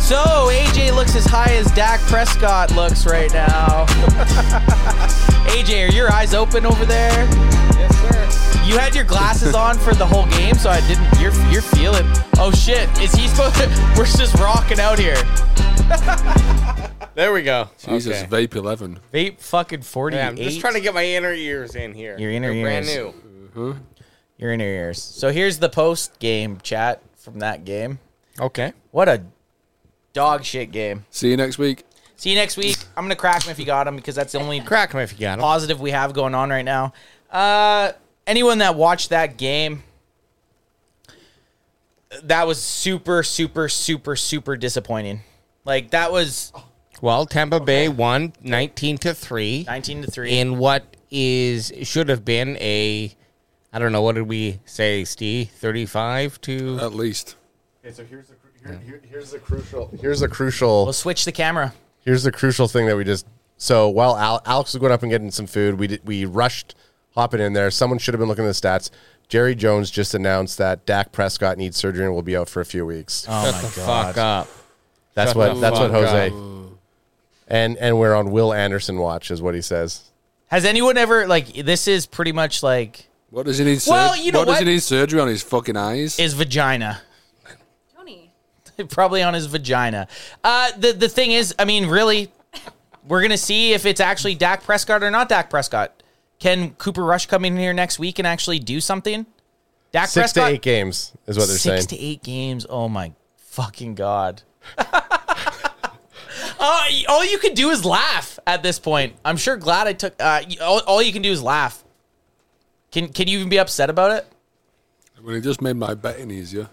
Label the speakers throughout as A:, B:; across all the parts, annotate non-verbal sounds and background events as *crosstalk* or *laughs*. A: So AJ looks as high as Dak Prescott looks right now. *laughs* AJ, are your eyes open over there?
B: Yes, sir.
A: You had your glasses on for the whole game, so I didn't. You're you're feeling. Oh shit! Is he supposed to? *laughs* We're just rocking out here.
B: There we go.
C: Jesus,
B: Okay.
C: vape eleven.
A: Vape fucking forty.
B: Yeah, I'm just trying to get my inner ears in here.
A: Your inner
B: They're brand
A: ears.
B: new.
A: You're in your ears. So here's the post game chat from that game.
B: Okay.
A: What a dog shit game.
C: See you next week.
A: See you next week. I'm gonna crack him if you got him because that's the only
B: Crack them if you got them.
A: positive we have going on right now. Uh, anyone that watched that game, that was super, super, super, super disappointing. Like that was
B: Well, Tampa Bay won 19 to 3
A: nineteen to three.
B: in what is should have been a I don't know what did we say, Steve? 35 to
C: At least.
D: Okay, so here's the cru- here, here, here's the crucial here's the crucial
A: we'll switch the camera.
D: here's the crucial thing that we just so while Al, Alex was going up and getting some food, we did we rushed hopping in there. Someone should have been looking at the stats. Jerry Jones just announced that Dak Prescott needs surgery and will be out for a few weeks.
A: Oh my god!
B: fuck up.
D: that's
B: shut
D: what
B: the
D: that's what
B: fuck
D: Jose. And and we're on Will Anderson watch is what he says.
A: Has anyone ever like this? Is pretty much like
C: What does he need? Sur-
A: Well, you know
C: what, does he
A: what?
C: need surgery on his fucking eyes?
A: his vagina.
E: Tony.
A: *laughs* probably on his vagina. Uh, the the thing is, I mean, really, we're gonna see if it's actually Dak Prescott or not Dak Prescott. Can Cooper Rush come in here next week and actually do something? Dak
D: Six
A: Prescott
D: to eight games is what they're
A: six
D: saying.
A: to eight games. Oh my fucking
D: *laughs*
A: god! Uh, all you can do is laugh at this point. I'm sure glad I took. Uh, y- all, all you can do is laugh. Can can you even be upset about it?
C: Well, he just made my betting easier.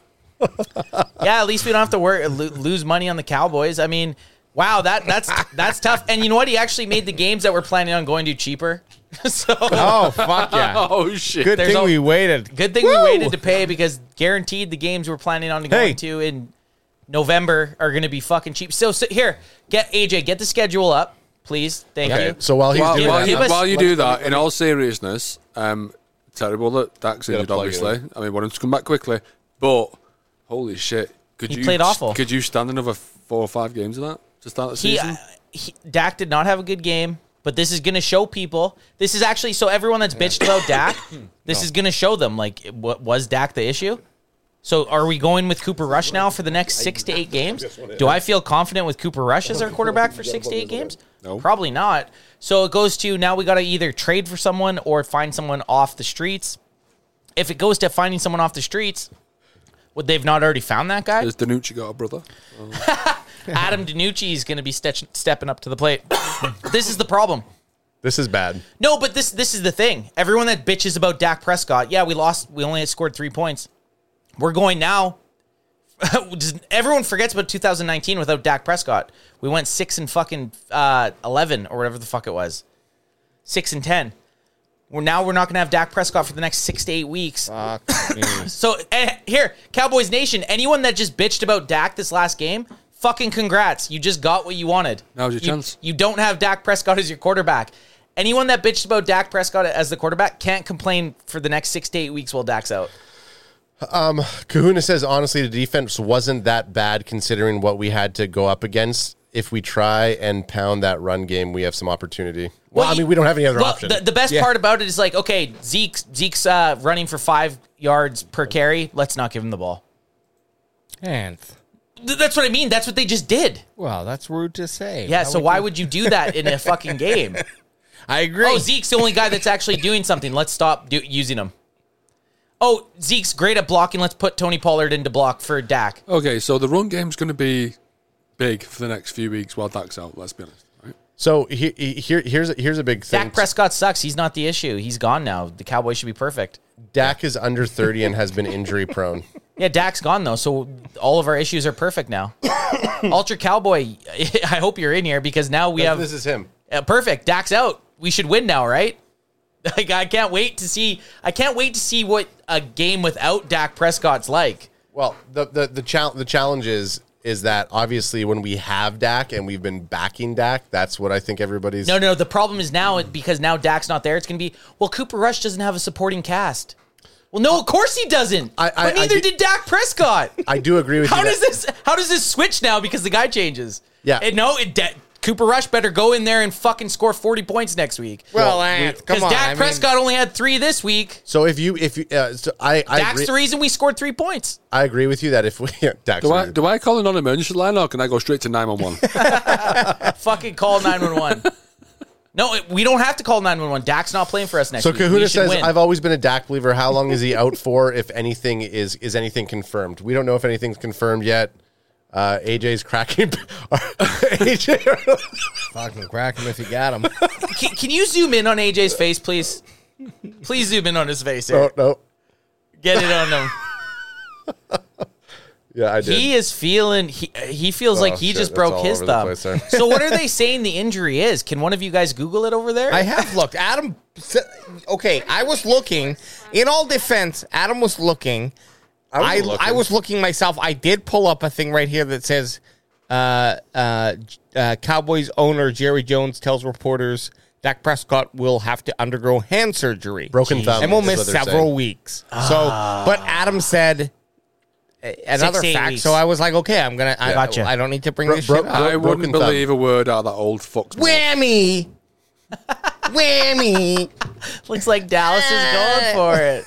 A: yeah, at least we don't have to worry lo- lose money on the Cowboys. I mean, wow, that that's that's tough. And you know what? He actually made the games that we're planning on going to cheaper. *laughs* so
B: Oh fuck
D: *laughs*
B: yeah.
C: Oh shit!
B: Good
A: There's
B: thing
A: al-
B: we waited.
A: good thing we waited to pay because guaranteed the games we're planning on going
B: Hey.
A: to in November are going to be fucking cheap. So, so here, get AJ, get the schedule up, please. Thank
D: Okay,
A: you.
D: so while he's
C: While,
D: doing
C: while
D: that,
C: you,
A: give us-
C: while you do that, in all seriousness, um, terrible that Dak's injured.
D: plug it in.
C: Obviously, I mean, want him to come back quickly, but holy shit, could
A: He
C: you
A: played awful.
C: Could you stand another four or five games of that to start the
A: he, uh,
C: season?
A: he Dak did not have a good game, but this is going to show people. This is actually so everyone that's bitched about
C: *coughs*
A: Dak, this is going to show them like what was Dak the issue? So are we going with Cooper Rush now for the next 6 to
C: *laughs*
A: 8 games? Do I feel confident with Cooper Rush as our quarterback for 6 to 8 games?
C: No.
A: Probably not. So it goes to now we got to either trade for someone or find someone off the streets. If it goes to finding someone off the streets, would they've not already found that guy?
C: Has Danucci got a brother?
A: Adam DiNucci is going to be stetch stepping up to the plate. *coughs* this is the problem.
D: this is bad.
A: No, but this this is the thing. Everyone that bitches about Dak Prescott, yeah, we lost. We only scored three points. We're going now. *laughs* Just- Everyone forgets about 2019 without Dak Prescott. We went six and fucking uh, eleven or whatever the fuck it was, six and ten. We're now we're not gonna have Dak Prescott for the next six to eight weeks.
B: *coughs*
A: So eh, here, Cowboys Nation, anyone that just bitched about Dak this last game, fucking congrats. You just got what you wanted.
C: Now's your
A: You-
C: chance.
A: You don't have Dak Prescott as your quarterback. Anyone that bitched about Dak Prescott as the quarterback can't complain for the next six to eight weeks while Dak's out.
D: Kahuna says honestly, the defense wasn't that bad considering what we had to go up against. If we try and pound that run game, we have some opportunity. Well, I
A: you-
D: mean, we don't have any other
A: well,
D: option.
A: The, the best part about it is like, okay, Zeke Zeke's uh, running for five yards per carry. Let's not give him the ball.
B: And
A: Th- that's what I mean. That's what they just did.
B: well, that's rude to say.
A: Yeah. so why would you do that in a fucking game?
B: I agree?
A: Oh, Zeke's the only guy that's actually doing something. Let's stop do- using him. Oh, Zeke's great at blocking. Let's put Tony Pollard into block for Dak.
C: Okay, so the run game's going to be big for the next few weeks while Dak's out. Let's be honest. Right?
D: So he, he- here, here's a, here's a big thing.
A: Dak Prescott sucks. He's not the issue. He's gone now. The Cowboys should be perfect.
D: Dak is under 30 and has been injury prone.
A: Yeah, Dak's gone though, so all of our issues are perfect now. Ultra Cowboy, *laughs* I hope you're in here because now *laughs* we have
D: this is him.
A: Uh, perfect. Dak's out. We should win now, right? *laughs* Like I can't wait to see. I can't wait to see what a game without Dak Prescott's like.
D: Well, the the the, chal- the challenge is is that obviously when we have Dak and we've been backing Dak, that's what I think everybody's.
A: No, no. The problem is now because now Dak's not there. It's gonna be well. Cooper Rush doesn't have a supporting cast. Well, no, of course he doesn't.
D: I- I-
A: but neither
D: I do-
A: did Dak Prescott.
D: I do agree with
A: How
D: you.
A: does
D: that-
A: this? How does this switch now because the guy changes?
D: Yeah.
A: And no, it, Da- Cooper Rush better go in there and fucking score forty points next week.
B: Well, Ant, come
A: Because
B: on.
A: Dak
B: I mean,
A: Prescott only had three this week.
D: So if you if you uh, so I I
A: Dak's
D: agree,
A: the reason we scored three points.
D: I agree with you that if we *laughs* Dak's
C: Do I,
D: the-
C: do I call an unemergency line or can I go straight to 911?
A: fucking call
D: *laughs*
A: 911. no, it- we don't have to call 911. Dak's not playing for us next
D: so
A: week. We
D: Kahuna
A: should
D: says
A: win.
D: I've always been a Dak believer. How long is he out for? If anything is is anything confirmed? We don't know if anything's confirmed yet. Uh, AJ's cracking. *laughs* AJ,
B: fucking crack him if you got him.
A: can, can you zoom in on AJ's face, please? Please zoom in on his face. here.
D: no, no,
A: Get it on
D: *laughs*
A: him.
D: yeah, I did.
A: He is feeling. He he feels like he
D: Oh, shit,
A: just
D: that's
A: broke
D: all
A: his
D: over the
A: thumb.
D: place there.
A: so what are they saying the injury is? Can one of you guys Google it over there?
B: I have looked. Adam, s- okay, I was looking. In all defense, Adam was looking. I,
D: looking.
B: I was looking myself. I did pull up a thing right here that says uh, uh, J- uh, Cowboys owner Jerry Jones tells reporters Dak Prescott will have to undergo hand surgery.
D: Broken thumb
B: And will
D: is what
B: miss
D: they're
B: several
D: saying.
B: weeks. So, but Adam said. a- Another
A: eight
B: fact,
A: Ah. weeks.
B: so I was like, okay, I'm gonna. I,
A: Gotcha.
B: I don't need to bring
D: Bro-
B: this
D: bro-
B: shit up.
C: I
D: Bro- broken
C: wouldn't
D: thumb.
C: believe a word out of that old fuck's
A: *laughs*
C: mouth.
B: Whammy, whammy.
A: Looks like Dallas is going for it.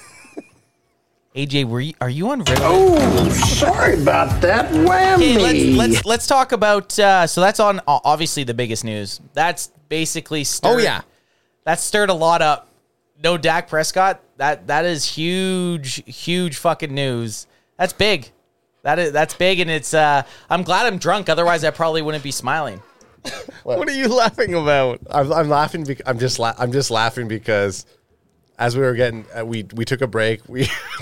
A: AJ, were you, are you on? Ritalin?
F: Oh, sorry about that. Whammy.
A: Okay, let's, let's let's talk about. Uh, so that's on o- obviously the biggest news. That's basically. Stirred,
B: Oh yeah,
A: that stirred a lot up. No Dak Prescott. That that is huge, huge fucking news. That's big. That is that's big, and it's. Uh, I'm glad I'm drunk. Otherwise, I probably wouldn't be smiling.
B: What are you laughing about?
D: I'm, I'm laughing. Bec- I'm just. La- I'm just laughing because as we were getting, uh, we we took a break. We *laughs*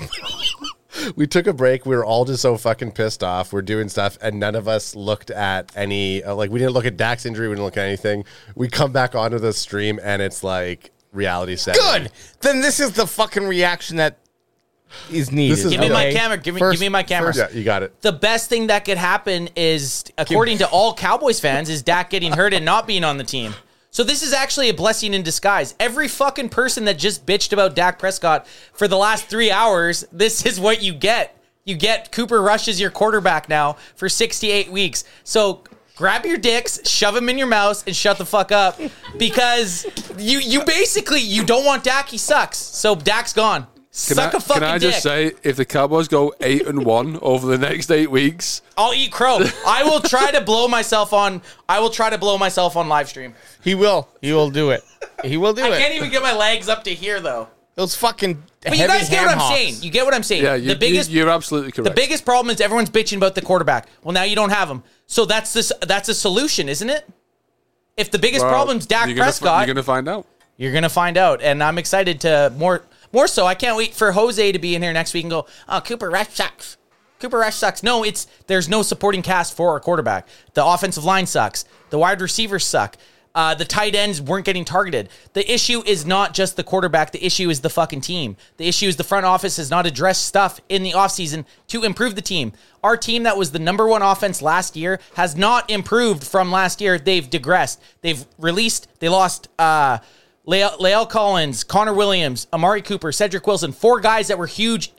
D: we took a break. We were all just so fucking pissed off. We're doing stuff, and none of us looked at any. Uh, like we didn't look at Dak's injury. We didn't look at anything. We come back onto the stream, and it's like reality set.
B: Good. Then this is the fucking reaction that is needed.
D: This is-
A: Give me my
D: Okay.
A: camera. Give me give me my camera.
D: Yeah, you got it.
A: The best thing that could happen is, according to all Cowboys fans, is Dak getting hurt and not being on the team. So this is actually a blessing in disguise. Every fucking person that just bitched about Dak Prescott for the last three hours, this is what you get. You get Cooper Rush as your quarterback now for 68 weeks. So grab your dicks, shove them in your mouth, and shut the fuck up because you you basically you don't want Dak. He sucks. So Dak's gone.
C: Can
A: Suck a
C: I,
A: fucking
C: can I
A: dick.
C: just say, if the Cowboys go eight and one over the next eight weeks,
A: I'll eat crow.
C: *laughs*
A: I will try to blow myself on. I will try to blow myself on live stream.
B: he will. He will do it. He will do
A: I
B: it.
A: can't even get my legs up to here though.
B: Those fucking.
A: But you guys get what I'm saying. You get what I'm saying.
C: yeah, you,
A: the biggest,
C: you, are absolutely correct.
A: the biggest problem is everyone's bitching about the quarterback. Well, now you don't have him, so that's this. That's a solution, isn't it? If the biggest
C: Well,
A: problem's Dak
C: you're gonna fi-
A: Prescott,
C: you're going to find out.
A: You're gonna find out, and I'm excited to more more so. I can't wait for Jose to be in here next week and go, "Oh, Cooper Rush sucks. Cooper Rush sucks." No, it's there's no supporting cast for our quarterback. The offensive line sucks. The wide receivers suck. Uh, the tight ends weren't getting targeted. The issue is not just the quarterback. The issue is the fucking team. The issue is the front office has not addressed stuff in the offseason to improve the team. Our team that was the number one offense last year has not improved from last year. They've digressed. They've released. They lost. Uh, Lael, Lael Collins, Connor Williams, Amari Cooper, Cedric Wilson, four guys that were huge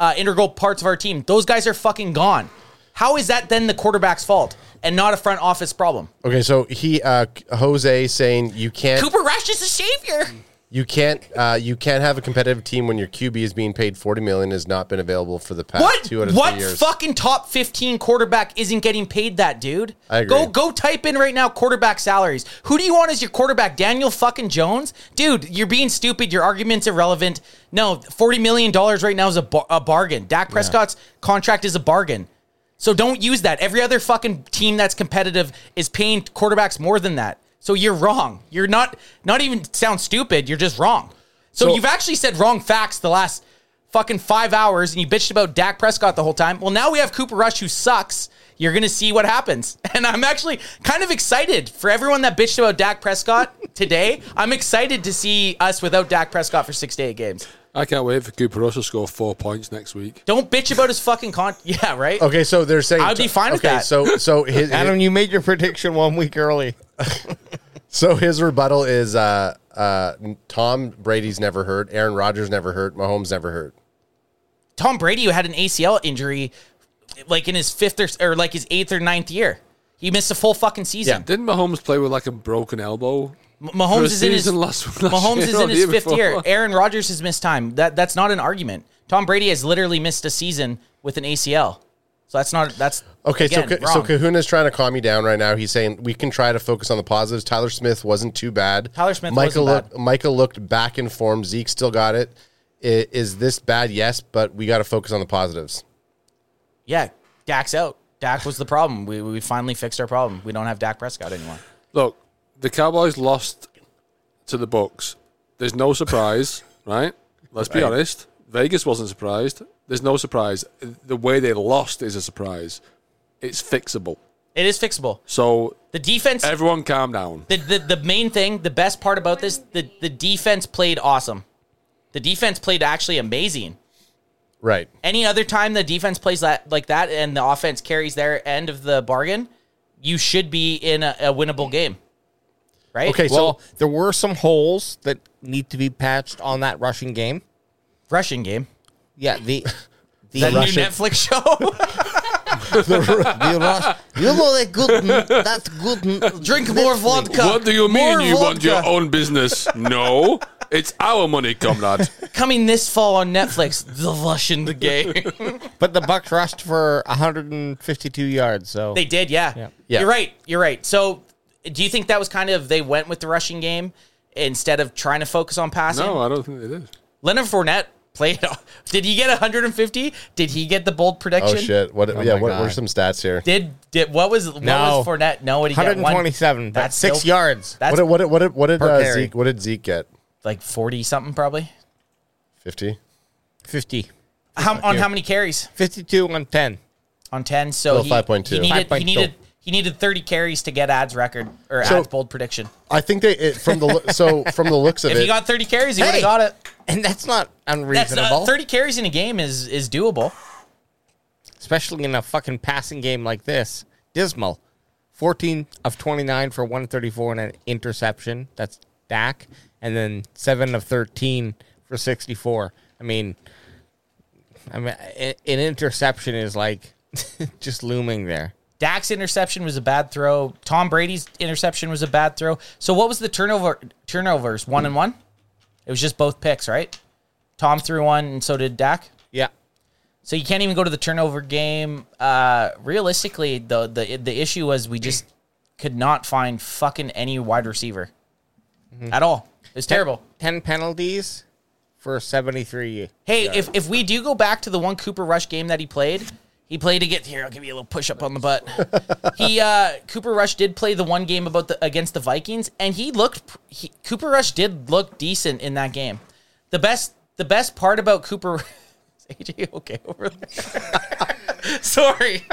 A: uh, integral parts of our team. Those guys are fucking gone. How is that then the quarterback's fault and not a front office problem?
D: Okay, so he uh, Jose saying you can't
A: Cooper Rush is the savior.
D: you can't uh, you can't have a competitive team when your QB is being paid forty million has not been available for the past
A: What?
D: two out of
A: What
D: three years.
A: fucking top 15 quarterback isn't getting paid that, dude?
D: I agree.
A: Go go type in right now quarterback salaries. Who do you want as your quarterback? Daniel fucking Jones? Dude, you're being stupid. Your argument's irrelevant. No, 40 million dollars right now is a, bar- a bargain. Dak Prescott's contract is a bargain. So don't use that. Every other fucking team that's competitive is paying quarterbacks more than that. So you're wrong. You're not not even sound stupid. You're just wrong. So,
D: So-
A: you've actually said wrong facts the last fucking five hours, and you bitched about Dak Prescott the whole time. Well, now we have Cooper Rush who sucks. You're gonna see what happens, *laughs* and I'm actually kind of excited for everyone that bitched about Dak Prescott *laughs* today. I'm excited to see us without Dak Prescott for six to eight games.
C: I can't wait for Cooper Rush to score four points next week.
A: Don't bitch about his fucking con. *laughs* Yeah, right.
D: Okay, so they're saying
A: I'd be fine
D: okay,
A: with that.
D: So so his,
B: Adam, you made your prediction one week early.
D: so his rebuttal is uh uh Tom Brady's never hurt, Aaron Rodgers never hurt, Mahomes never hurt.
A: Tom Brady who had an ACL injury like in his fifth or, or like his eighth or ninth year. He missed a full fucking season.
C: Didn't Mahomes play with like a broken elbow?
A: M-
C: For a
A: Mahomes is in his
C: season last- last
A: Mahomes
C: year
A: is
C: or
A: in
C: *laughs* the
A: his
C: year
A: fifth
C: before.
A: year. Aaron Rodgers has missed time. That that's not an argument. Tom Brady has literally missed a season with an ACL. So that's not that's
D: Okay,
A: again,
D: so Ca- so
A: wrong.
D: Kahuna's trying to calm me down right now. He's saying we can try to focus on the positives. Tyler Smith wasn't too bad.
A: Tyler Smith
D: Michael
A: wasn't
D: looked, Michael looked back in form. Zeke still got it. I- Is this bad? Yes, but we got to focus on the positives.
A: yeah, Dak's out. Dak was the problem. We we finally fixed our problem. We don't have Dak Prescott anymore.
C: Look, the Cowboys lost to the Bucks. There's no surprise, *laughs* right? Let's be honest. Vegas wasn't surprised. There's no surprise. The way they lost is a surprise. It's fixable.
A: It is fixable.
C: So
A: The defense
C: everyone calm down.
A: The, the the main thing, the best part about this, the the defense played awesome. The defense played actually amazing.
D: Right.
A: Any other time the defense plays that like that and the offense carries their end of the bargain, you should be in a, a winnable game. Right?
D: Okay. So
B: Well, there were some holes that need to be patched on that rushing game.
A: Rushing game.
B: Yeah, the *laughs* the,
A: That new
D: Russian-
A: Netflix show.
B: *laughs* the rush. *laughs* You know that good. That's good.
A: *laughs* Drink more vodka.
C: What do you mean
A: More
C: you want your
A: vodka. *laughs*
C: own business? No, it's our money, comrade.
A: Coming this fall on Netflix, the *laughs* Russian game.
B: But the Bucks rushed for 152 yards. So
A: They did, yeah.
D: Yeah.
A: You're right. You're right. So, do you think that was kind of they went with the rushing game instead of trying to focus on passing?
C: No, I don't think they did.
A: Leonard Fournette played. *laughs* Did he get 150? Did he get the bold
D: oh
A: prediction?
D: shit. What? yeah.
B: my
D: What
B: God.
D: were some stats here?
A: Did did what was what
B: No.
A: was Fournette? No, what did he get? One-
B: 127. That's six
A: still-
B: yards.
A: That's
D: What? did- What? did- What? did- What did
B: Per
D: uh,
B: carry.
D: Zeke? What did Zeke get?
A: like 40 something probably.
D: Fifty.
B: 50.
A: How, on how many carries?
B: 52 on 10.
A: On 10. So
D: Well,
A: he,
D: 5.2.
A: He needed he
B: 5.2.
A: needed he needed 30 carries to get ads record or
D: So-
A: ads bold prediction.
D: I think they it, from the lo- so from the looks of
A: If
D: it.
A: he got 30 carries, he would
B: Hey,
A: have got it.
B: And that's not
A: That's
B: unreasonable,
A: uh, 30 carries in a game is is doable.
B: especially in a fucking passing game like this. Dismal. 14 of 29 for 134 and an interception. That's Dak. And then 7 of 13 for 64. I mean, I mean a- an interception is like *laughs* just looming there.
A: Dak's interception was a bad throw. Tom Brady's interception was a bad throw. So what was the turnover turnovers? One and one? It was just both picks, right? Tom threw one and so did Dak.
B: Yeah.
A: So you can't even go to the turnover game. Uh realistically, the the the issue was we just could not find fucking any wide receiver. At all. It was terrible.
B: 10 penalties for 73.
A: Hey, if, if we do go back to the one Cooper Rush game that he played, he played again. Here, I'll give you a little push up on the
B: *laughs*
A: butt. he uh, Cooper Rush did play the one game about the against the Vikings, and he looked. pr- He, Cooper Rush did look decent in that game. The best the best part about Cooper. *laughs* Is AJ okay over there? *laughs* Sorry.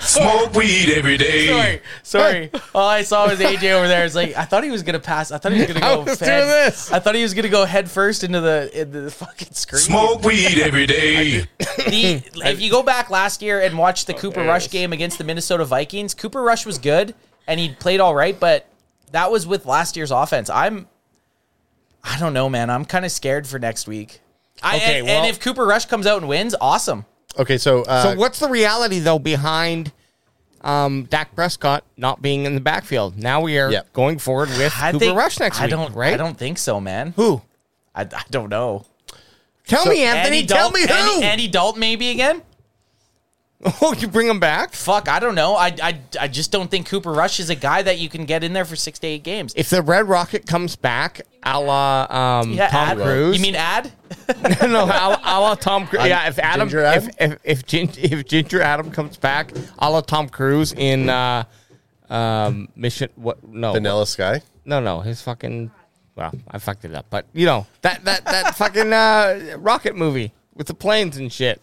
G: Smoke weed every day.
A: Sorry, sorry. All I saw was AJ over there. It's like I thought he was gonna pass. I thought he was
B: *laughs*
A: gonna go.
B: was
A: head-
B: doing this.
A: I thought he was gonna go head first into the into the fucking screen
G: Smoke weed every day.
B: *laughs*
A: the if you go back last year and watch the
B: Oh,
A: Cooper Rush game against the Minnesota Vikings, Cooper Rush was good and he played all right, but that was with last year's offense. I'm I don't know, man. I'm kind of scared for next week. I,
B: Okay,
A: and,
B: well-
A: and if Cooper Rush comes out and wins, awesome.
D: okay, so uh,
B: So what's the reality though behind um, Dak Prescott not being in the backfield? Now we are
D: Yeah.
B: going forward with
A: I
B: Cooper
A: think
B: Rush next
A: I
B: week,
A: don't
B: right?
A: I don't think so, man.
B: who?
A: I, I don't know.
B: Tell me, Anthony. tell
A: Dalton,
B: me who.
A: Andy, Andy Dalton maybe again?
B: *laughs* oh, you bring him back?
A: Fuck, I don't know. I, I I just don't think Cooper Rush is a guy that you can get in there for 6 to 8 games.
B: If the Red Rocket comes back, a la um, Tom
A: ad?
B: Cruise.
A: You mean ad?
B: *laughs* no, no, a, a la *laughs* Tom Cruise. Yeah, if Um, Adam,
D: Ginger Adam?
B: if if if, Gin- if Ginger Adam comes back, a la Tom Cruise in uh, Um, mission. What? No.
D: Vanilla Sky.
B: No, no. His fucking. Well, I fucked it up, but you know that that *laughs* that fucking uh, rocket movie with the planes and shit.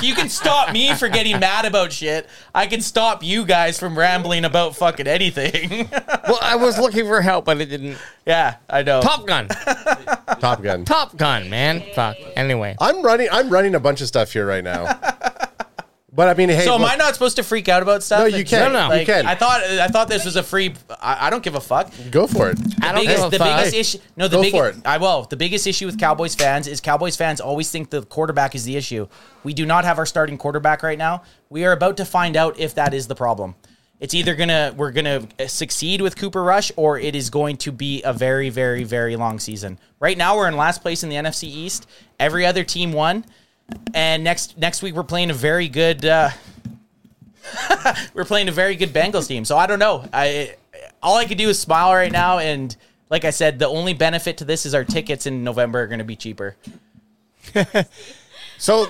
A: You can stop me for getting mad about shit. I can stop you guys from rambling about fucking anything. *laughs*
B: Well, I was looking for help, but it didn't.
A: yeah, I know.
B: Top Gun.
D: Top Gun.
B: Top Gun, man. Fuck. Anyway.
D: I'm running. I'm running a bunch of stuff here right now. but I mean, hey,
A: so am
D: look,
A: I not supposed to freak out about stuff?
D: No, you can.
B: No, no,
D: you can.
A: I thought I thought this was a free. I, I don't give a fuck.
D: go for it.
B: I don't
A: biggest,
B: give a
A: the
B: fuck.
A: biggest issue. No, the
D: Go for it.
A: biggest. I will. The biggest issue with Cowboys fans is Cowboys fans always think the quarterback is the issue. We do not have our starting quarterback right now. We are about to find out if that is the problem. It's either gonna we're gonna uh, succeed with Cooper Rush or it is going to be a very very very long season. Right now we're in last place in the NFC East. Every other team won, and next next week we're playing a very good. Uh, we're playing a very good Bengals team. So I don't know. I all I could do is smile right now. And like I said, the only benefit to this is our tickets in November are going to be cheaper.
B: So,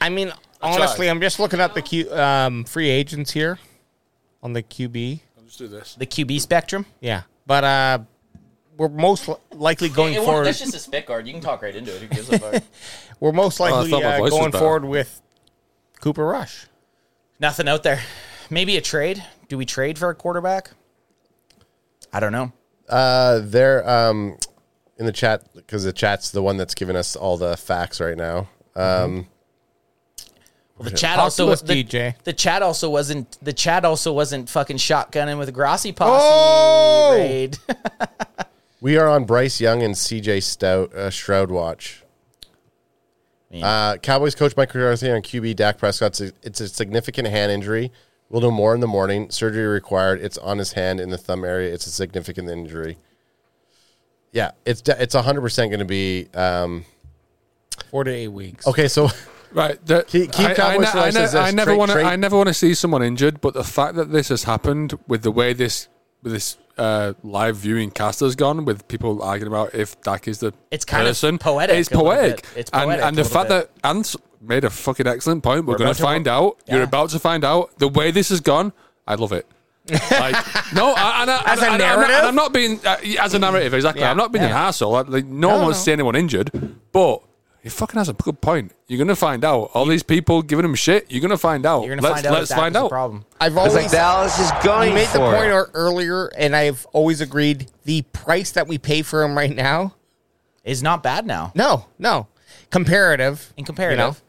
B: I mean, honestly, I'm just looking up the Q, um, free agents here on the QB.
C: I'll just do this.
A: The QB spectrum.
B: Yeah, but uh, we're most li- likely going forward.
A: just a spit guard. You can talk right into it. Who gives a fuck?
B: we're most likely
C: thought my
B: uh,
C: voice was
B: going
C: better.
B: forward with Cooper Rush.
A: *laughs* Nothing out there. Maybe a trade. Do we trade for a quarterback? I don't know.
D: Uh, there, um, in the chat because the chat's the one that's giving us all the facts right now. Um,
A: Well, the chat
B: Talk
A: also
B: to us,
A: was the,
B: DJ.
A: The chat also wasn't the chat also wasn't fucking shotgunning with Grassi posse
B: Oh!
A: raid. *laughs*
D: we are on Bryce Young and C.J. Stout uh, Shroud watch. Uh, Cowboys coach Mike McCarthy on QB Dak Prescott's it's a significant hand injury. We'll know more in the morning. Surgery required. It's on his hand in the thumb area. It's a significant injury. Yeah, it's de- it's hundred percent going to be. Um,
B: Four to eight weeks.
D: okay, so *laughs*
C: Right. The,
D: Keep- keep
C: I, I,
D: Cowboys
C: ne- I,
D: Rice
C: ne-
D: as this.
C: I never
D: Trade-
C: want to.
D: trade-
C: I never want to see someone injured. But the fact that this has happened with the way this with this uh, live viewing cast has gone, with people arguing about if Dak is the
A: It's kind of
C: person,
A: poetic
C: It's
A: a little
C: poetic.
A: bit. It's
C: and,
A: poetic
C: and
A: a
C: the
A: little
C: fact
A: bit.
C: that Ants made a fucking excellent point. We're, going
A: about
C: to
A: to-
C: find out. You're
A: yeah.
C: about to find out the way this has gone. I love it.
A: *laughs*
C: like, no, I, and, I,
B: As a
C: and, I- and I'm not-
B: narrative?
C: and I'm not being uh, as a narrative exactly.
B: Yeah,
C: I'm not being
B: yeah.
C: an arsehole. Like, like, no one wants to see anyone injured, but he fucking has a good point. You're gonna find out. All these people giving him shit. You're gonna find out.
A: You're gonna
C: let's
A: find out. if
C: let's
A: that
C: find
A: was a
C: out.
A: problem.
B: I've always
H: Dallas is going
B: you made the
H: for
B: point
H: it.
B: ear- earlier, and I've always agreed. The price that we pay for him right now,
A: Is not bad now.
B: no, no, comparative.
A: in comparative.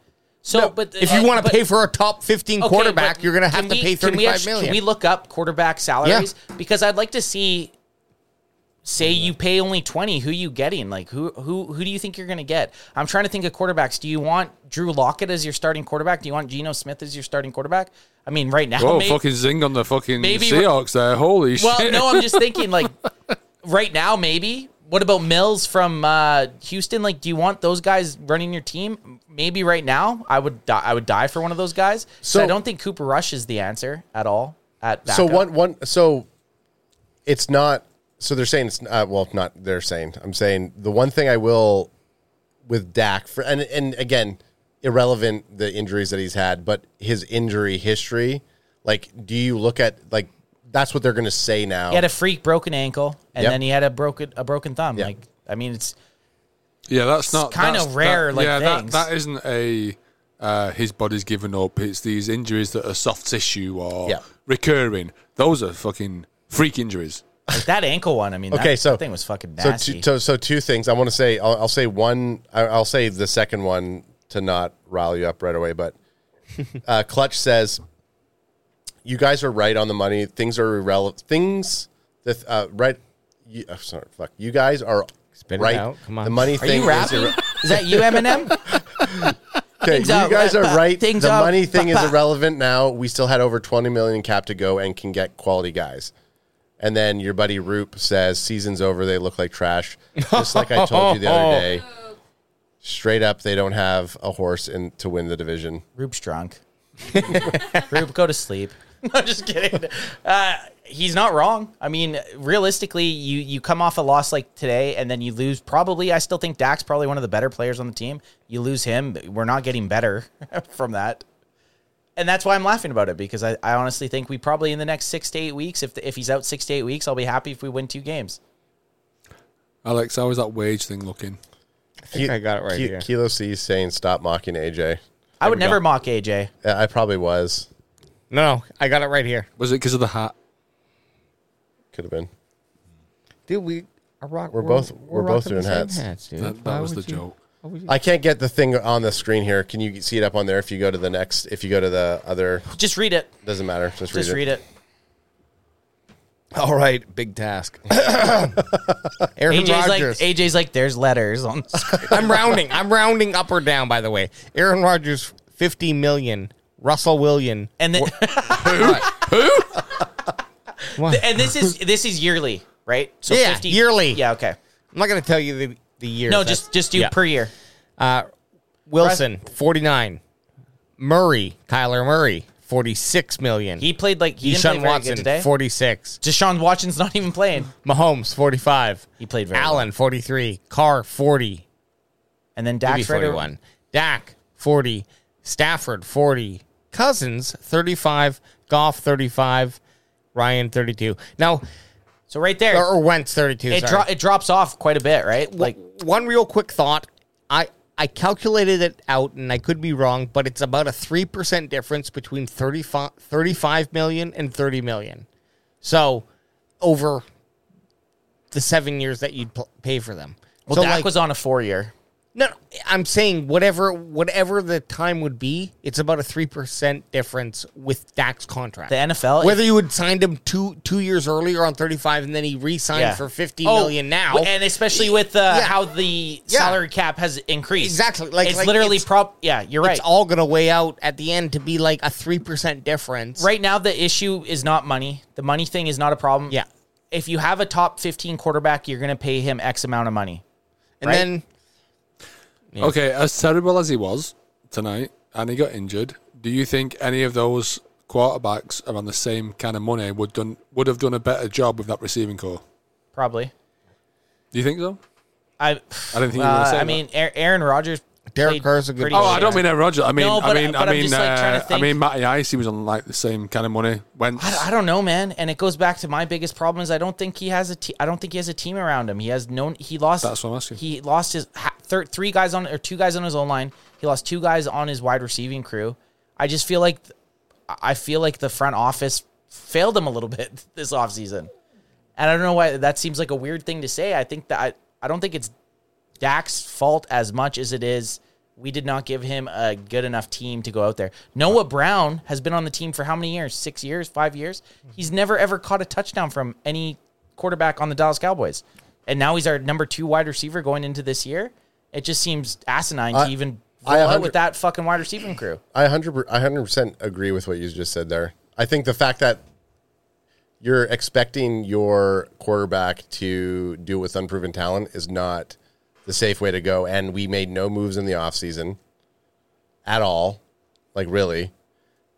A: So, but uh,
B: if you want to
A: but-
B: pay for a top fifteen
A: okay,
B: quarterback,
A: but
B: you're going to have
A: can
B: to
A: we-
B: pay
A: can we
B: thirty-five
A: actu-
B: million.
A: Can we look up quarterback salaries because I'd like to see. Say you pay only twenty. Who you getting? Like who who who do you think you're going to get? I'm trying to think of quarterbacks. Do you want Drew Lockett as your starting quarterback? Do you want Geno Smith as your starting quarterback? I mean, right now,
C: Whoa,
A: may-
C: Oh, fucking zing on the fucking
A: maybe-
C: Seahawks there. Holy
A: *laughs* well,
C: shit.
A: no, I'm just thinking like right now, maybe. What about Mills from uh, Houston? Like, do you want those guys running your team? Maybe right now, I would die, I would die for one of those guys. So
D: So-
A: I don't think Cooper Rush is the answer at all. At
D: so
A: backup.
D: one one so it's not so they're saying it's uh, well not they're saying I'm saying the one thing I will with Dak for and and again irrelevant the injuries that he's had but his injury history like do you look at like that's what they're going to say now
A: He had a freak broken ankle, and
D: Yep.
A: then he had a broken a broken thumb.
D: Yeah.
A: Like, I mean, it's
C: yeah, that's not
A: kinda
C: that's-
A: rare,
C: That,
A: like,
C: yeah, that,
A: things.
C: that isn't a. Uh, his body's given up. It's these injuries that are soft tissue or
D: Yeah.
C: recurring. Those are fucking freak injuries.
A: like that ankle one. I mean,
D: Okay,
A: that,
D: so-
A: that thing was fucking
D: so
A: nasty.
D: two, so, so two things I want to say I'll, I'll say one I- I'll say the second one to not rile you up right
B: *laughs*
D: away but uh, Clutch says you guys are right on the money. Things are irrelevant. Things that uh, right. You, oh, sorry, fuck. You guys are
B: Spit it
D: right.
B: out, come on.
D: The money
A: Are
D: thing
A: you
D: is
A: rapping?
D: irre-
A: is that you,
D: *laughs*
A: Eminem?
D: okay. You
A: out,
D: guys
A: right,
D: are
A: but
D: right.
A: things
D: the
A: out,
D: money thing
A: but-
D: is
A: but-
D: irrelevant now. We still had over twenty million in cap to go and can get quality guys. And then your buddy Roop says season's over. They look like trash. Just like I told you the
B: *laughs* Oh.
D: other day. Straight up, they don't have a horse in to win the division.
A: Rube's drunk. *laughs* Rube, go to sleep. *laughs* No, just kidding. Uh, he's not wrong. I mean, realistically, you you come off a loss like today, and then you lose. Probably, I still think Dak's *laughs* probably one of the better players on the team. You lose him, we're not getting better from that. and that's why I'm laughing about it because I, I honestly think we probably in the next six to eight weeks, if the, if he's out six to eight weeks, I'll be happy if we win two games.
C: Alex, how is that wage thing looking?
B: I think I got it right here.
D: Kilo C is saying stop mocking AJ.
A: I would
B: we go.
A: never mock AJ.
D: Yeah, I probably was.
B: No, no, I got it right here.
C: Was it because of the hat?
D: Could have been.
B: Dude, we are rock.
D: We're both- we're both
B: rocking the
D: doing
B: same
D: hats.
B: dude.
C: That,
B: Why
C: that was the
B: would you-
C: joke.
B: why would you-
D: I can't get the thing on the screen here. Can you see it up on there? If you go to the next, if you go to the other,
A: Just read it.
D: doesn't matter. Just,
A: Just read it.
B: All right, big task. Aaron
A: AJ's like
B: Rodgers.
A: AJ's like there's letters on. The screen.
B: I'm rounding. I'm rounding up or down. By the way, Aaron Rodgers, fifty million. Russell William.
A: and then
B: What?
A: and this
B: *laughs*
A: is this is yearly, right? So
B: Yeah, yearly.
A: Yeah, okay.
B: I'm not going to tell you the the year.
A: No, just just do
B: yeah.
A: per year.
B: Wilson, forty nine. Murray, Kyler Murray, forty six million.
A: He played like he didn't play
B: Deshaun
A: very good today.
B: Watson, forty six.
A: Deshaun Watson's not even playing.
B: *laughs* Mahomes, forty five.
A: He played very well.
B: Allen, forty three. Carr, forty.
A: And then
B: Maybe
A: Dak's right
B: forty
A: over-
B: one. Dak, forty. Stafford, forty. Cousins, thirty five. Goff, thirty five. Ryan, thirty two. Now.
A: So right there,
B: or, or Wentz 32.
A: it
B: sorry.
A: dro- it drops off quite a bit, right? Like
B: W- one real quick thought. I I calculated it out and I could be wrong, but it's about a 3% difference between 35, 35 million and 30 million. So over the 7 years that you'd pl- pay for them.
A: well,
B: so
A: Dak
B: like,
A: was on a four year.
B: no, no, I'm saying whatever whatever the time would be, it's about a 3% difference with Dak's contract.
A: The NFL
B: whether you had signed him two two years earlier on 35 and then he re-signed
A: Yeah.
B: for fifty
A: Oh,
B: million now
A: and especially with uh,
B: Yeah.
A: how the
B: Yeah.
A: salary cap has increased.
B: Exactly, like-
A: it's
B: like,
A: literally
B: it's-
A: prop. Yeah, you're right.
B: it's all gonna weigh out at the end to be like a 3% difference
A: right now, the issue is not money. The money thing is not a problem.
B: Yeah.
A: If you have a top 15 quarterback, you're going to pay him X amount of money.
B: and
A: right?
B: then
C: Okay, as terrible as he was tonight, and he got injured. Do you think any of those quarterbacks around the same kind of money would done would have done a better job with that receiving core?
A: Probably.
C: Do you think so?
A: I,
C: I didn't think you were gonna
A: uh,
C: say
A: I
C: that.
A: mean, Ar- Aaron Rodgers.
B: Derek
A: played
B: Carr's a good
A: pretty
B: Oh,
C: Oh,
A: well
C: I don't mean Aaron Rodgers. I mean,
A: No,
C: I
A: but-
C: mean,
A: but I'm
C: I mean,
A: just, like, trying
C: uh,
A: to
C: I
A: think.
C: mean, Matty Ice. He was on like the same kind of money. Went.
A: I don't know, man. And it goes back to my biggest problem is I don't think he has a te- I don't think he has a team around him. He has no. He lost.
C: That's what I'm asking.
A: He lost his ha- thir- three guys on or two guys on his own line. He lost two guys on his wide receiving crew. I just feel like th- I feel like the front office failed him a little *laughs* bit this offseason. And I don't know why that seems like a weird thing to say. I think that I, I don't think it's Dak's fault as much as it is we did not give him a good enough team to go out there. Noah Brown has been on the team for how many years? Six years, five years? He's never ever caught a touchdown from any quarterback on the Dallas Cowboys. And now he's our number two wide receiver going into this year. It just seems asinine
D: I-
A: to even
D: I
A: roll out
D: 100
A: with that fucking wide receiving crew.
D: I hundred per- I hundred percent agree with what you just said there. I think the fact that you're expecting your quarterback to do with unproven talent is not the safe way to go. And we made no moves in the offseason at all, like really.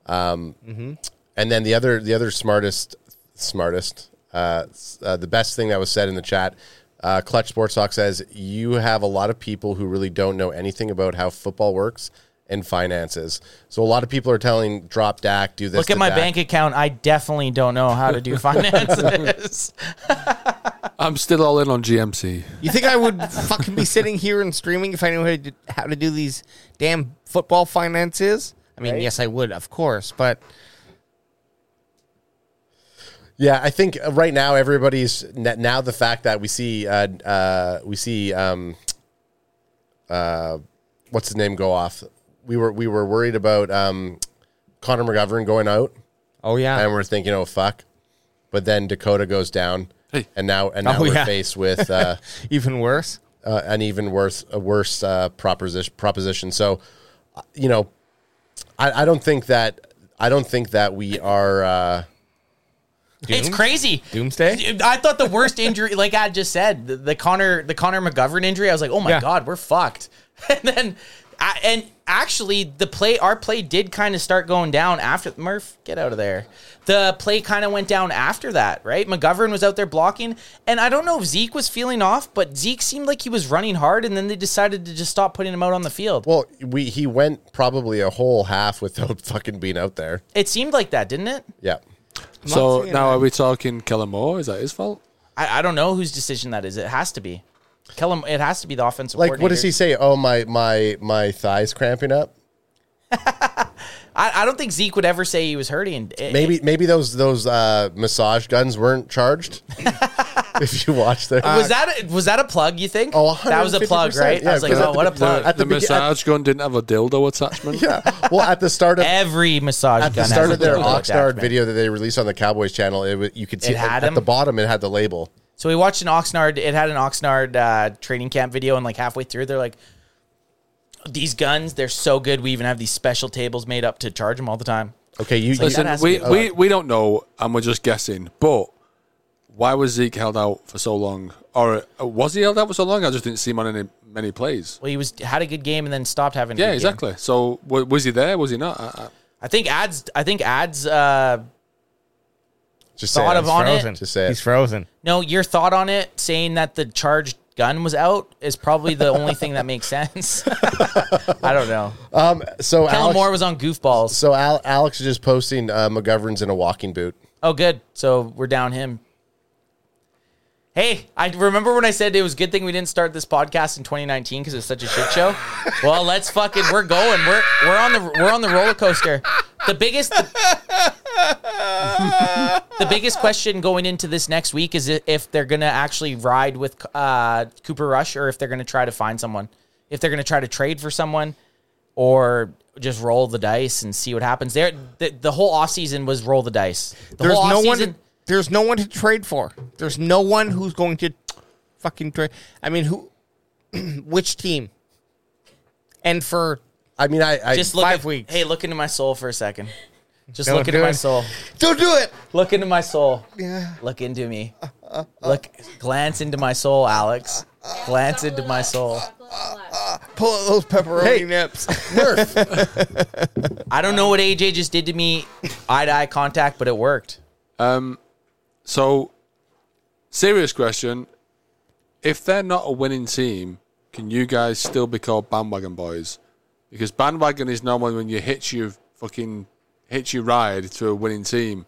D: Um,
A: Mm-hmm.
D: And then the other the other smartest smartest uh, s- uh, the best thing that was said in the chat. Uh, Clutch Sports Talk says you have a lot of people who really don't know anything about how football works and finances. So a lot of people are telling drop Dak, do this.
A: Look at
D: to
A: my
D: Dak.
A: bank account. I definitely don't know how to
D: *laughs*
A: do finances.
C: I'm still all in on GMC.
B: you think i would fucking be sitting here and streaming if i knew how to do, how to do these damn football finances i mean yes i would of course but
D: Yeah, I think uh, right now everybody's n- now the fact that we see uh, uh, we see um, uh, what's his name go off. We were we were worried about um, Connor McGovern going out,
B: oh yeah
D: and we're thinking, oh fuck. But then Dakota goes down,
C: Hey.
D: and now and now
B: Oh,
D: we're
B: yeah.
D: faced
B: *laughs*
D: with uh,
B: even worse
D: uh, an even worse a worse uh, proposition proposition. So, uh, you know, I, I don't think that I don't think that we are. Uh,
A: It's
B: Doomed?
A: crazy.
B: Doomsday?
A: I thought the worst injury, like I just said, the, the Connor the Connor McGovern injury. I was like, oh my
B: Yeah.
A: god, we're fucked. *laughs* And then I, and actually, the play, our play did kind of start going down after Murph. Get out of there. The play kind of went down after that, right? McGovern was out there blocking, and I don't know if Zeke was feeling off, but Zeke seemed like he was running hard, and then they decided to just stop putting him out on the field.
D: Well, we he went probably a whole half without *laughs* fucking being out there.
A: It seemed like that, didn't it?
D: Yeah.
C: So
B: seeing
C: now
B: that.
C: are we talking Kellen Moore? Is that his fault?
A: I, I don't know whose decision that is. It has to be. Kellum, it has to be the offensive
D: Like what does he
A: coordinator.
D: say? Oh my my my thighs cramping up.
A: I, I don't think Zeke would ever say he was hurting. It-
D: Maybe maybe those those uh, massage guns weren't charged. *laughs* if you watch that,
A: Uh, was that a, was that a plug? You think?
D: Oh,
A: that was a plug,
D: 150%,
A: right?
D: yeah,
A: I was like,
D: because
A: oh, what a
D: the-
A: plug!
D: At
C: the,
D: the begin-
C: massage gun didn't have a
A: *laughs*
C: dildo attachment.
D: yeah. *laughs* Well, at the start of
A: Every massage
D: at
A: gun
D: the start
A: has
D: of
A: a
D: their
A: dildo
D: Oxnard
A: attachment.
D: video that they released on the Cowboys channel, it, wa- you could see
A: It had
D: at, at the
A: him?
D: bottom it had the label.
A: So we watched an Oxnard. It had an Oxnard uh, training camp video, and like halfway through, they're like, "These guns, they're so good. We even have these special tables made up to charge them all the time."
D: Okay, you, you
C: Listen,
A: that has to
C: we,
A: be-
C: we, we don't know, and we're just guessing. But why was Zeke held out for so long? Or uh, was he held out for so long? I just didn't see him on any many plays.
A: Well, he was had a good game and then stopped having. a
C: Yeah,
A: good game.
C: exactly. So w- was he there? Was he not? I, I,
A: I think ads. I think ads. Uh,
D: just
A: thought
D: it.
A: of on it.
B: frozen.
D: Just say it.
B: He's frozen.
A: no, your thought on it, saying that the charged gun was out, is probably the only thing that makes sense. *laughs* I don't know.
D: So
A: Kellen
D: Alex,
A: Moore was on goofballs.
D: so Al, Alex is just posting uh, McGovern's in a walking boot.
A: Oh, good. So we're down him. Hey, I remember when I said it was a good thing we didn't start this podcast in 2019 because it's such a shit
B: *laughs*
A: show. well, let's fucking we're going. We're we're on the we're on the roller coaster. The biggest
B: *laughs*
A: the, biggest question going into this next week is i- if they're gonna actually ride with uh, Cooper Rush or if they're gonna try to find someone, if they're gonna try to trade for someone, or just roll the dice and see what happens. There, the, the whole offseason was roll the dice. The
B: There's
A: whole
B: no
A: offseason,
B: one. there's no one to trade for. There's no one who's going to fucking trade. I mean, who? *clears throat* which team? And for
D: I mean, I, I
A: just look
B: five
A: at-
B: weeks.
A: Hey, look into my soul for a second. Just
B: Don't
A: look
B: do
A: into my
B: it.
A: soul.
B: don't do it.
A: Look into my soul. Yeah. Look into me. Look, glance into my soul, Alex. Glance into my soul.
B: Pull out those pepperoni nips.
A: I don't know what AJ just did to me, eye to eye contact, but it worked.
C: so serious question: If they're not a winning team, can you guys still be called bandwagon boys? Because bandwagon is normally when you hitch your fucking hitch your ride to a winning team.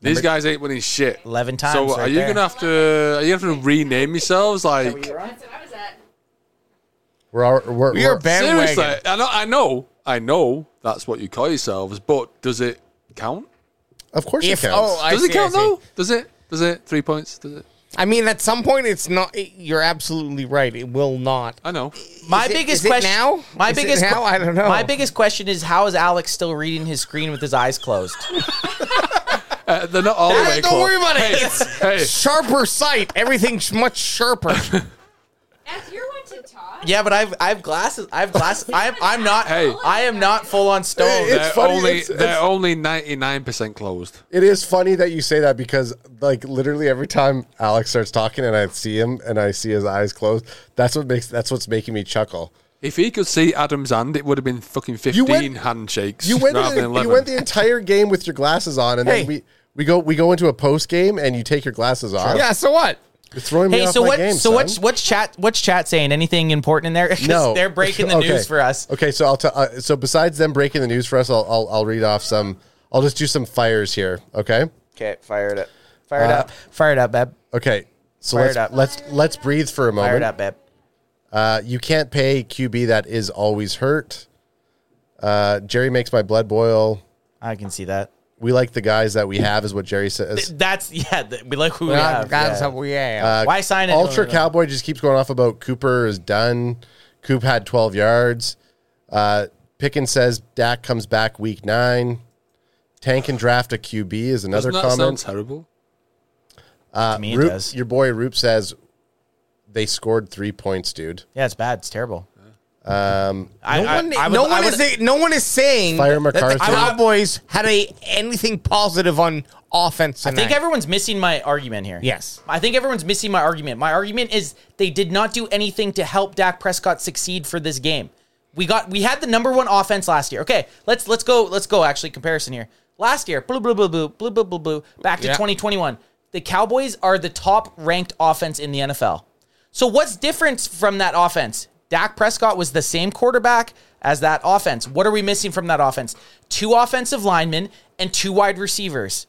C: These guys ain't winning shit.
A: 11 times
C: So
A: right
C: are you
A: there.
C: gonna have to? Are you gonna have to rename yourselves? Like
H: That's what I was at.
D: we're, al- we're,
B: We are
D: we're-
B: bandwagon.
C: seriously? I know, I know, I know. That's what you call yourselves, but does it count?
D: Of course,
B: If
D: it counts.
B: oh, I
C: Does it
B: see, I
C: count
B: see.
C: though? Does it? Does it? Three points? Does it?
B: I mean, at some point, it's not. It, you're absolutely right. It will not.
C: I know.
A: My
B: Is it-
A: biggest
B: is it
A: question
B: now?
A: My
B: Is it
A: biggest que-
B: now? I don't know.
A: My biggest question is how is Alex still reading his screen with his eyes closed?
C: Uh, *laughs* they're not all the way.
B: Don't worry about it. It's
C: Hey,
B: sharper sight. Everything's much sharper.
H: As you're one to talk.
A: Yeah, but I've I've glasses. I've glasses. I'm I'm not.
C: Hey.
A: I am not full on stone.
D: It's
C: they're
D: funny,
C: only
D: it's- it's-
C: they're only ninety nine percent closed.
D: It is funny that you say that because, like, literally every time Alex starts talking and I see him and I see his eyes closed, that's what makes that's what's making me chuckle.
C: If he could see Adam's hand, it would have been fucking fifteen
D: went-
C: handshakes
D: You went
C: rather
D: the,
C: than eleven.
D: you went the entire game with your glasses on, and
B: Hey.
D: then we we go we go into a post game and you take your glasses off.
B: yeah. So what?
D: You're throwing me
A: Hey,
D: off
A: so
D: my
A: what?
D: game.
A: so
D: son.
A: what's what's chat? What's chat saying? Anything important in there? *laughs* 'Cause
D: No,
A: they're breaking the
D: *laughs* Okay.
A: news for us.
D: Okay, so I'll tell. Uh, so besides them breaking the news for us, I'll, I'll I'll read off some. I'll just do some fires here. Okay.
A: Okay, fired up, fired up, fired Uh, up, babe,
D: Okay. So
A: Fired
D: let's
A: up.
D: let's let's breathe for a
A: fired
D: moment.
A: up, babe.
D: Uh, you can't pay QB that is always hurt. Uh, Jerry makes my blood boil.
A: I can see that.
D: We like the guys that we have, is what Jerry says.
A: That's *laughs* yeah. th- We like who we
B: Yeah,
A: have.
B: that's
A: yeah.
B: how we are.
A: Why sign it?
D: Uh, Ultra Cowboy just keeps going off about Cooper is done. Coop had 12 yards. Uh, Pickens says Dak comes back week nine. Tank and draft a QB is another
C: Doesn't that sound
D: comment.
C: terrible?
A: To me, it
D: Roop-
A: does.
D: your boy Roop says they scored three points, dude.
A: Yeah, it's bad. It's terrible. Um,
B: No one, no one is. a- No one is saying
D: Fire
B: that the
D: McCarthy.
B: Cowboys had a anything positive on offense.
A: I think
B: tonight.
A: everyone's missing my argument here.
B: Yes.
A: I think everyone's missing my argument. My argument is they did not do anything to help Dak Prescott succeed for this game. We got we had the number one offense last year. Okay, let's let's go let's go actually comparison here. Last year, blue blue blue blue blue blue blue blue back to
B: Yeah.
A: 2021. The Cowboys are the top ranked offense in the NFL. So what's different from that offense? Dak Prescott was the same quarterback as that offense. What are we missing from that offense? Two offensive linemen and two wide receivers.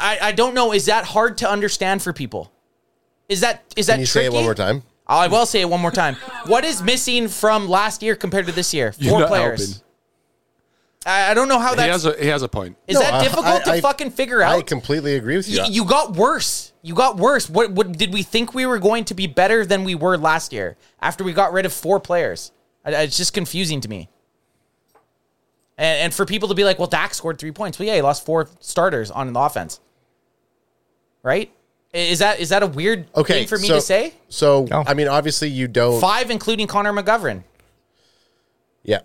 A: I, I don't know. Is that hard to understand for people? Is that is that
D: Can you say it one
A: tricky?
D: more time?
A: I will say it one more time. What is missing from last year compared to this year?
C: You're
A: Four
C: not
A: players. I, I don't know how
C: He
A: that's.
C: has a he has a point.
A: is
D: No,
A: that
D: I-
A: difficult
D: I-
A: to
D: I-
A: fucking figure
D: I
A: out?
D: completely agree with you.
A: Y- you got worse. You got worse. What, what did we think we were going to be better than we were last year after we got rid of four players? I, I- it's just confusing to me. And, and for people to be like, "Well, Dak scored three points." Well, yeah, he lost four starters on the offense. Right? I- Is that is that a weird
D: okay,
A: thing for me
D: so-
A: to say?
D: So
B: No.
D: I mean, obviously you don't.
A: Five, including Connor McGovern.
D: Yeah.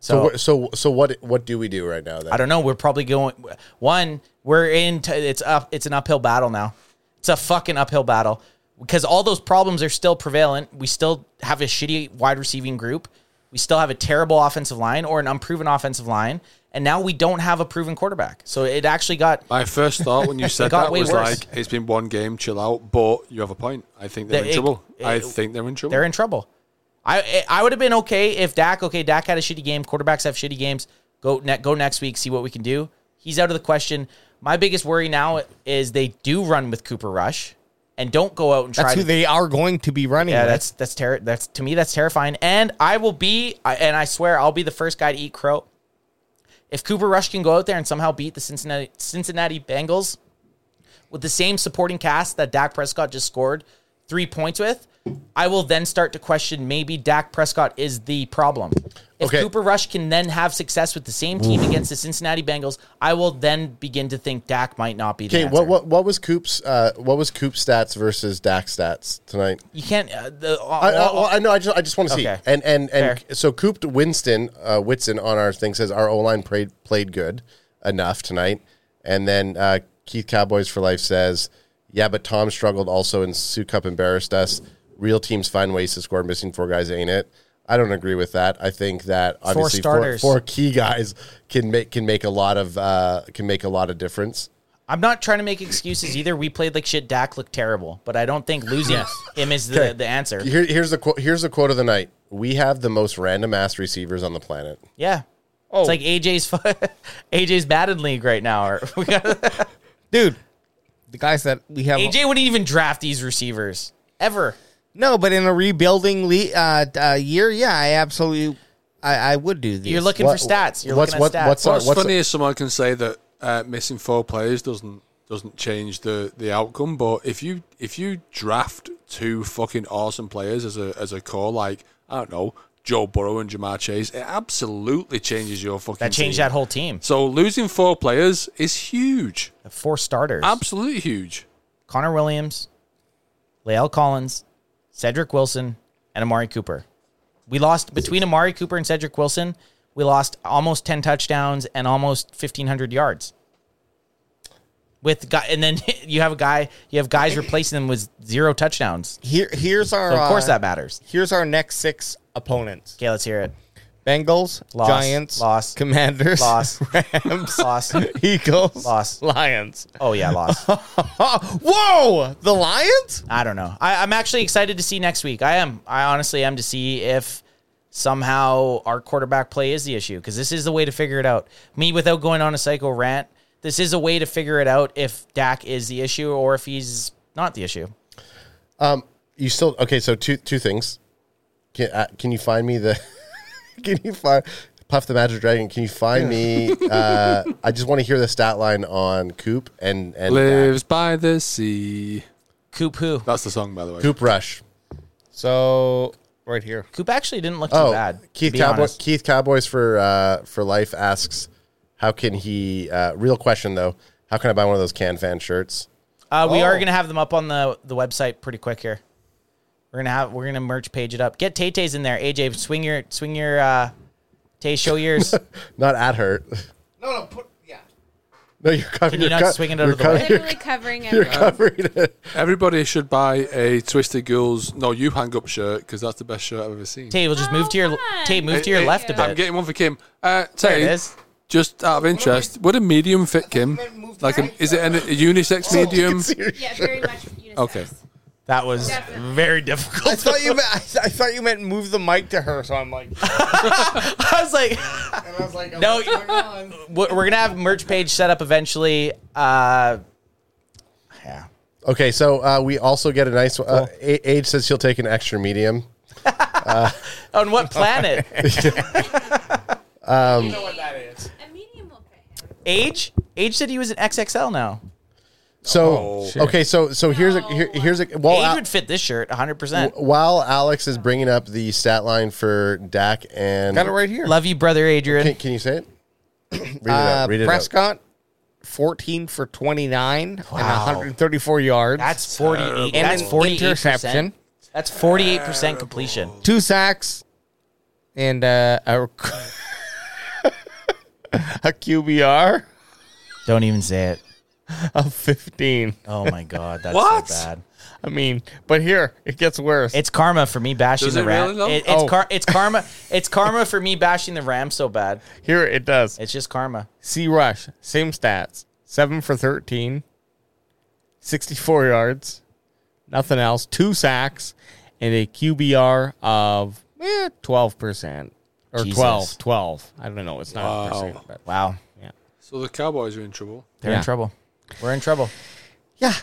D: So so so, so what what do we do right now? Then?
A: I don't know. We're probably going one. We're in. T- it's up. It's an uphill battle now. It's a fucking uphill battle because all those problems are still prevalent. We still have a shitty wide receiving group. We still have a terrible offensive line or an unproven offensive line, and now we don't have a proven quarterback. So it actually got.
C: My first thought when you said
A: got
C: that
A: way
C: was
A: worse.
C: like, it's been one game, chill out. But you have a point. I think they're
A: That
C: in
A: it-
C: trouble. I
A: it-
C: think they're in trouble.
A: They're in trouble. I I would have been okay if Dak. Okay, Dak had a shitty game. Quarterbacks have shitty games. Go ne- go next week. See what we can do. He's out of the question. My biggest worry now is they do run with Cooper Rush, and don't go out and try
B: That's who
A: to
B: they are going to be running.
A: yeah,
B: with.
A: that's that's terror. That's to me, that's terrifying. And I will be, I, and I swear, I'll be the first guy to eat crow. If Cooper Rush can go out there and somehow beat the Cincinnati Cincinnati Bengals with the same supporting cast that Dak Prescott just scored three points with, I will then start to question maybe Dak Prescott is the problem. If
D: Okay.
A: Cooper Rush can then have success with the same team against the Cincinnati Bengals, I will then begin to think Dak might not be the
D: Okay,
A: answer.
D: what, what what was Coop's uh, what was Coop's stats versus Dak stats tonight?
A: you can't. Uh, the,
D: I, I, well, I know. I just I just want to see.
A: Okay.
D: And and and
A: Fair.
D: so Coop Winston uh, Whitson on our thing says our O line played played good enough tonight. And then uh, Keith Cowboys for Life says, yeah, but Tom struggled also, and Sue Cup embarrassed us. Real teams find ways to score. Missing four guys ain't it. I don't agree with that. I think that obviously four,
A: starters.
D: four key guys can make can make a lot of uh, can make a lot of difference.
A: I'm not trying to make excuses either. We played like shit. Dak looked terrible, but I don't think losing him is the, the answer.
D: Here, here's the quote. Here's the quote of the night. We have the most random ass receivers on the planet.
A: Yeah. It's like AJ's fu- *laughs* AJ's Madden League right now. Or *laughs* we got,
D: *laughs*
B: dude. The guys that we have
A: AJ wouldn't even draft these receivers ever.
B: No, but in a rebuilding le- uh, uh, year, yeah, I absolutely, I, I would do these.
A: You're looking
D: What-
A: for stats. You're
D: what's-
A: looking
D: what-
A: at stats.
D: what's
C: What's,
D: what's-
C: funny is someone can say that uh, missing four players doesn't doesn't change the, the outcome, but if you if you draft two fucking awesome players as a as a core, like I don't know, Joe Burrow and Jamar Chase, it absolutely changes your fucking.
A: that changed
C: team.
A: that whole team.
C: So losing four players is huge,
A: Four starters.
C: absolutely huge.
A: Connor Williams, Lael Collins, Cedric Wilson, and Amari Cooper. We lost between Amari Cooper and Cedric Wilson. We lost almost ten touchdowns and almost fifteen hundred yards. With guy, and then *laughs* you have a guy, you have guys replacing them with zero touchdowns.
B: Here, here's our.
A: So of course
B: uh,
A: that matters.
B: Here's our next six opponents:
A: Okay, let's hear it.
B: Bengals,
A: Loss,
B: Giants,
A: loss,
B: Commanders,
A: loss,
B: Rams,
A: Loss.
B: *laughs* Eagles,
A: Loss.
B: Lions. *laughs* Oh,
A: Oh yeah, loss.
B: Whoa, the Lions!
A: I don't know. I, I'm actually excited to see next week. I am. I honestly am to see if somehow our quarterback play is the issue because this is the way to figure it out. Me without going on a psycho rant, this is a way to figure it out if Dak is the issue or if he's not the issue.
D: You still okay? So two two things. Can uh, can you find me the? *laughs* can you find Puff the Magic Dragon? Can you find me? Uh, I just want to hear the stat line on Coop and and Dak.
C: Lives by the sea.
A: Coop who?
C: That's the song, by the way.
D: Coop Rush.
B: So
A: *laughs*
B: right here,
A: Coop actually didn't look too
D: Oh,
A: bad. to
D: Keith
A: be
D: Cowboy,
A: honest.
D: Keith Cowboys for uh, for life asks, how can he? Uh, real question though. How can I buy one of those Can Fan shirts?
A: Uh, we
D: Oh.
A: are gonna have them up on the the website pretty quick here. We're gonna have we're gonna merch page it up. Get Tay Tay's in there. AJ, swing your swing
D: *laughs*
A: your uh, Tay show yours.
D: Not at her.
B: no, no, put yeah.
D: *laughs* No, you're
A: Can
D: covering.
A: you
D: you're
A: not
D: cut-
A: swing it out
D: you're
A: of the way?
D: cut-
H: Literally covering
D: You're
H: everything.
D: covering it.
C: Everybody should buy a Twisted Girls. No, you hang up shirt because that's the best shirt I've ever seen.
A: Tay, we'll just move to your
H: Oh, come
A: Tay, move to your
C: Hey, hey,
A: left a bit.
C: I'm getting one for Kim. Uh,
A: there it
C: Tay,
A: is.
C: just out of interest, would a medium fit Kim? Like, an, is it an, a
A: *laughs*
C: unisex medium?
H: Yeah, very much unisex.
C: Okay.
A: That was
H: Definitely.
A: very *laughs*
B: I
A: difficult.
B: thought you meant I, I thought you meant move the mic to her, so I'm like,
A: I was like,
B: and I was like,
A: No,
B: what's going on?
A: we're we're gonna have merch page set up eventually. Uh, yeah.
D: Okay, so uh, we also get a nice. Uh, A- Age says she'll take an extra medium.
A: On what
C: *laughs*
A: planet?
B: You know what that is?
H: A medium will fit him.
A: Age? Age said he was an XXL now. Oh,
D: So okay, so so here's a here, here's a
C: Oh,
D: while
A: Age
C: uh,
D: Al-
A: would fit this shirt 100%.
D: while Alex is bringing up the stat line for Dak and
B: Got it right here.
A: Love you, brother Adrian.
D: Can, can you say it? Read it
B: Uh,
D: out. Read it out.
B: Prescott, 14 for 29 and
A: Wow.
B: 134 yards.
A: That's 48.
B: And
A: That's
B: an
A: 48%.
B: interception.
A: That's 48% completion.
B: two sacks and uh, a, *laughs* a QBR
A: Don't even say it.
B: of 15.
A: Oh my god, that's
C: What?
A: so bad.
B: I mean, but here it gets worse.
A: It's karma for me bashing
C: Does
A: the
C: it
A: Ram.
C: really, though?
A: it's
B: Oh.
A: car-
B: *laughs*
A: it's karma. It's karma for me bashing the Ram so bad.
B: here it does.
A: It's just karma.
B: C Rush, same stats. 7 for 13, 64 yards, nothing else, two sacks, and a QBR of eh, 12%. Or
A: Jesus.
B: 12, 12. I don't know. It's not a percent. But
A: Wow.
C: So the Cowboys are in
A: *laughs*
C: trouble.
A: They're in
B: Yeah.
A: trouble. We're in trouble.
B: yeah.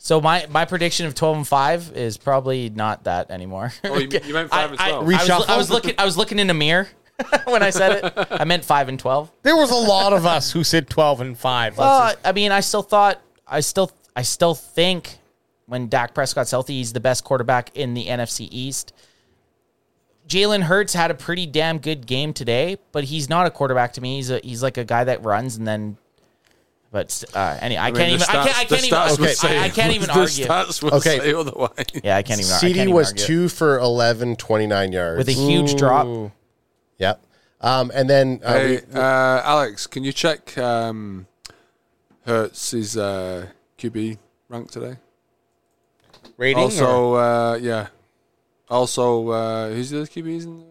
A: So my, my prediction of 12 and 5 is probably not that
C: *laughs*
A: anymore.
C: Oh, you, you meant
A: I,
C: five and
A: I- I
C: twelve.
A: was,
B: Reshuffle?
A: I was looking I was looking in a mirror *laughs* when I said it. I meant 5 and 12.
B: There was a lot of us who said 12 and 5. Let's
A: Well, I mean, I still thought, I still, I still think when Dak Prescott's healthy, he's the best quarterback in the NFC East. Jalen Hurts had a pretty damn good game today, but he's not a quarterback to me. He's a, he's like a guy that runs and then. But uh, any, I,
C: mean,
A: can't
C: the
A: even. I
C: stats-
A: can't, I
C: the
A: can't even.
C: stats would
A: I,
C: say-
A: I can't even
C: *laughs* the
A: argue.
C: stats would
D: Okay.
C: say otherwise.
A: Yeah, I can't even. I can't
D: CD
A: even
D: was
A: argue.
D: two for 11, 29 yards.
A: with a huge drop.
B: Ooh.
D: yep. Um, and then uh,
C: Hey,
D: we,
C: uh, Alex, can you check um, Hertz's uh, QB rank today?
B: Rating or-
C: Also, uh, yeah. Also, uh, who's the other QBs? In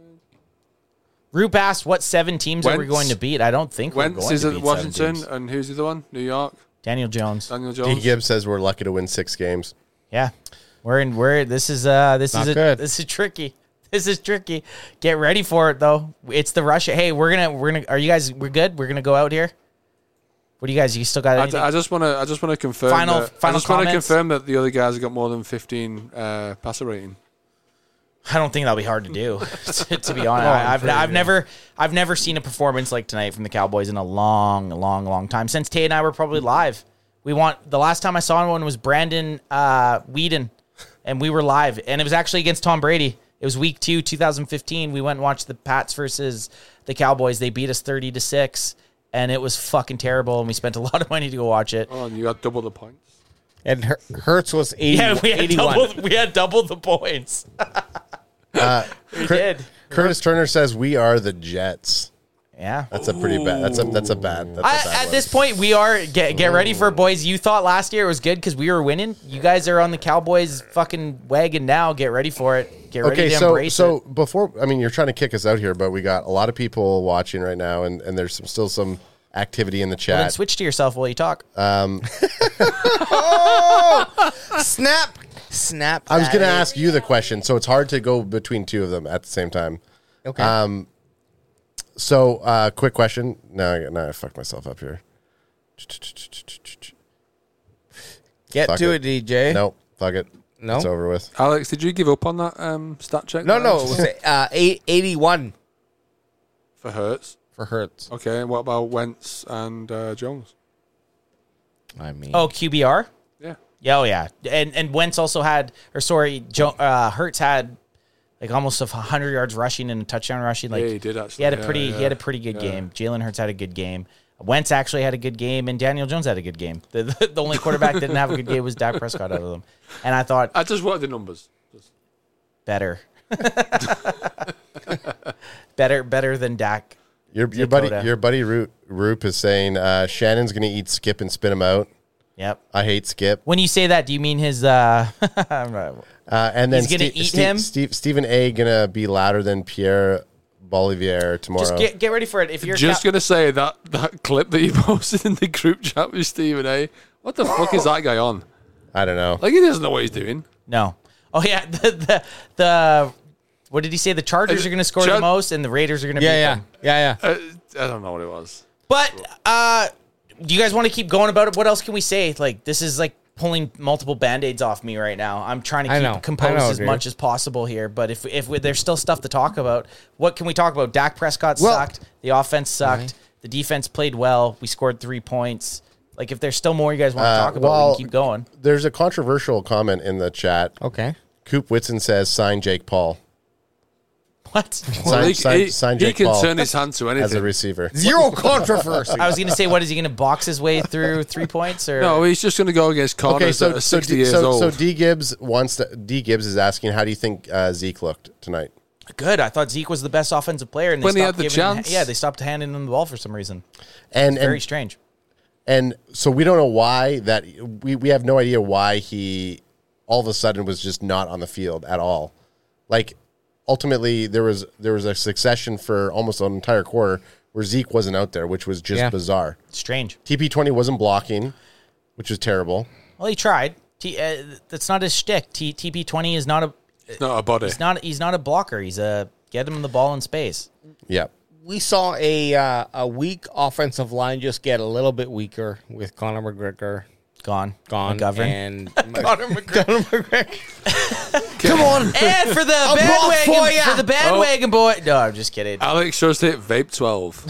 A: Roop asked, "What seven teams are we
C: Wentz-
A: going to beat?" I don't think we're
C: Wentz
A: going
C: is
A: to
C: at
A: beat
C: Washington,
A: Seven teams.
C: and who's the other one? New York.
A: Daniel Jones.
C: Daniel
D: D.
C: Jones.
D: Gibbs says we're lucky to win six games.
A: Yeah, we're in. We're this is uh this
B: Not
A: is a,
B: good.
A: this is tricky. *laughs* This is tricky. Get ready for it though. It's the Russia. Hey, we're gonna we're gonna. Are you guys? We're good. We're gonna go out here. What do you guys? You still got
C: I, d-
A: anything?
C: I just want to. I just want to confirm.
A: Final-
C: that, I
A: final
C: just want to
A: comments?
C: confirm that the other guys have got more than fifteen uh, passer rating.
A: I don't think that'll be hard to do. *laughs* to, to be honest, I, I've I've never I've never seen a performance like tonight from the Cowboys in a long, long, long time since Tay and I were probably live. We want the last time I saw one was Brandon uh, Whedon, and we were live, and it was actually against Tom Brady. It was Week Two, 2015. We went and watched the Pats versus the Cowboys. They beat us 30 to six, and it was fucking terrible. And we spent a lot of money to go watch it.
C: Oh, and you got double the points.
B: and Her- Hertz was 80,
A: Yeah, we had
B: 81.
A: double we had double the points. we did.
D: Curtis Turner says we are the Jets.
A: Yeah.
D: That's a pretty bad. That's a that's a bad. That's a
A: I,
D: bad
A: at
D: one.
A: this point, we are get get ready for it, boys. You thought last year was good because we were winning. You guys are on the Cowboys fucking wagon now. Get ready for it. Get ready
D: okay,
A: to
D: so
A: embrace
D: so
A: it.
D: before I mean, you're trying to kick us out here, but we got a lot of people watching right now, and and there's some, still some activity in the
A: And then
D: chat.
A: switch to yourself while you talk.
C: Uh,
B: Snap. Snap.
D: I was
B: that
D: going to
B: is-
D: ask you the question, so it's hard to go between two of them at the same time.
B: Okay.
D: So, uh, quick question. Now, I- now I fucked myself up here.
B: Get
D: fuck
B: to
D: it.
B: it, DJ.
D: Nope. Fuck it.
B: No?
D: It's over with.
C: Alex, did you give up on that um, stat check?
B: No,
C: that
B: no.
C: I
B: It
C: just-
B: was uh, eight, 81
C: for Hertz.
B: for Hertz.
C: Okay, and what about Wentz and uh, Jones?
B: I mean,
A: Oh, QBR.
C: Yeah.
A: Yeah, oh yeah, and and Wentz also had, or sorry, jo- uh, Hertz had like almost a hundred yards rushing and a touchdown rushing. Like
C: Yeah, he did actually.
A: He had a
C: Yeah,
A: pretty
C: yeah,
A: he had a pretty good
C: yeah.
A: game. Jalen Hurts had a good game. Wentz actually had a good game, and Daniel Jones had a good game. The, the, the only quarterback that didn't have a good game was Dak Prescott out of them. And I thought
C: I just wanted the numbers. Just-
A: better, better, better than Dak.
D: Your your buddy
A: Dakota.
D: your buddy Roop, Roop is saying uh, Shannon's going to eat Skip and spit him out.
A: Yep.
D: I hate Skip.
A: When you say that, do you mean his? uh I'm not-
D: Uh, and then
A: He's gonna eat him?
D: Steve, Stephen A. going to be louder than Pierre Bolivier tomorrow.
A: Just get get ready for it. If you're
C: Just
A: Cal-
C: gonna say that that *laughs* clip that you posted in the group chat with Stephen A. What the fuck is that guy on?
D: I don't know.
C: Like he doesn't know what he's doing.
A: no. Oh yeah, *laughs* the the, the what did he say? The Chargers are going to score
C: Char-
A: the most, and the Raiders are going to
B: Yeah,
A: beat
B: yeah,
A: them.
B: yeah, yeah.
C: Uh, I don't know what it was.
A: But uh, do you guys want to keep going about it? What else can we say? Like this is like pulling multiple band-aids off me right now. I'm trying to
B: I
A: keep
B: know. I
A: composed
B: know,
A: as
B: dude.
A: much as possible here. But if if we, there's still stuff to talk about, what can we talk about? Dak Prescott
B: Well-
A: sucked. The offense sucked. The defense played well. We scored three points. Like if there's still more you guys want to
D: Uh,
A: talk about, we
D: well,
A: can keep going. *laughs*
D: There's a controversial comment in the chat.
B: Okay.
D: Coop Whitson says sign Jake Paul.
A: What?
D: Sign,
C: he,
D: sign,
C: he-
D: sign
C: he
D: Jake
C: can
D: Paul
C: turn his hand to anything.
D: as a receiver.
B: Zero controversy.
A: I was gonna say, what is he gonna box his way through three points or
C: no, he's just gonna go against Connors
D: Okay,
C: that
D: so
C: are
D: so
C: sixty
D: D,
C: years
D: so,
C: old.
D: so D Gibbs wants to, D Gibbs is asking how do you think uh, Zeke looked tonight?
A: good? I thought Zeke was the best offensive player, and they
C: When he
A: stopped
C: had the
A: giving him-
C: chance.
A: yeah, they stopped handing him the ball for some reason.
D: And
A: Very
D: and,
A: strange.
D: and so we don't know why that we, we have no idea why he all of a sudden was just not on the field at all. Like ultimately there was there was a succession for almost an entire quarter where Zeke wasn't out there, which was just
B: Yeah.
D: bizarre.
A: Strange.
D: TP twenty wasn't blocking, which was terrible.
A: Well, he tried. T, uh, that's not his shtick. T, TP twenty is not a
C: It's not a body.
A: he's not he's not a blocker. He's a get him the ball in space.
D: Yeah.
B: we saw a uh, a weak offensive line just get a little bit weaker with Conor McGregor
A: Gone.
B: gone
A: McGovern. And,
B: and Conor
D: *laughs*
B: McGregor.
A: *laughs*
C: Come on,
A: for the
B: brought
A: bandwagon
B: for
A: for,
B: ya.
A: the bandwagon boy. No, I'm just kidding.
C: Alex just hit vape twelve.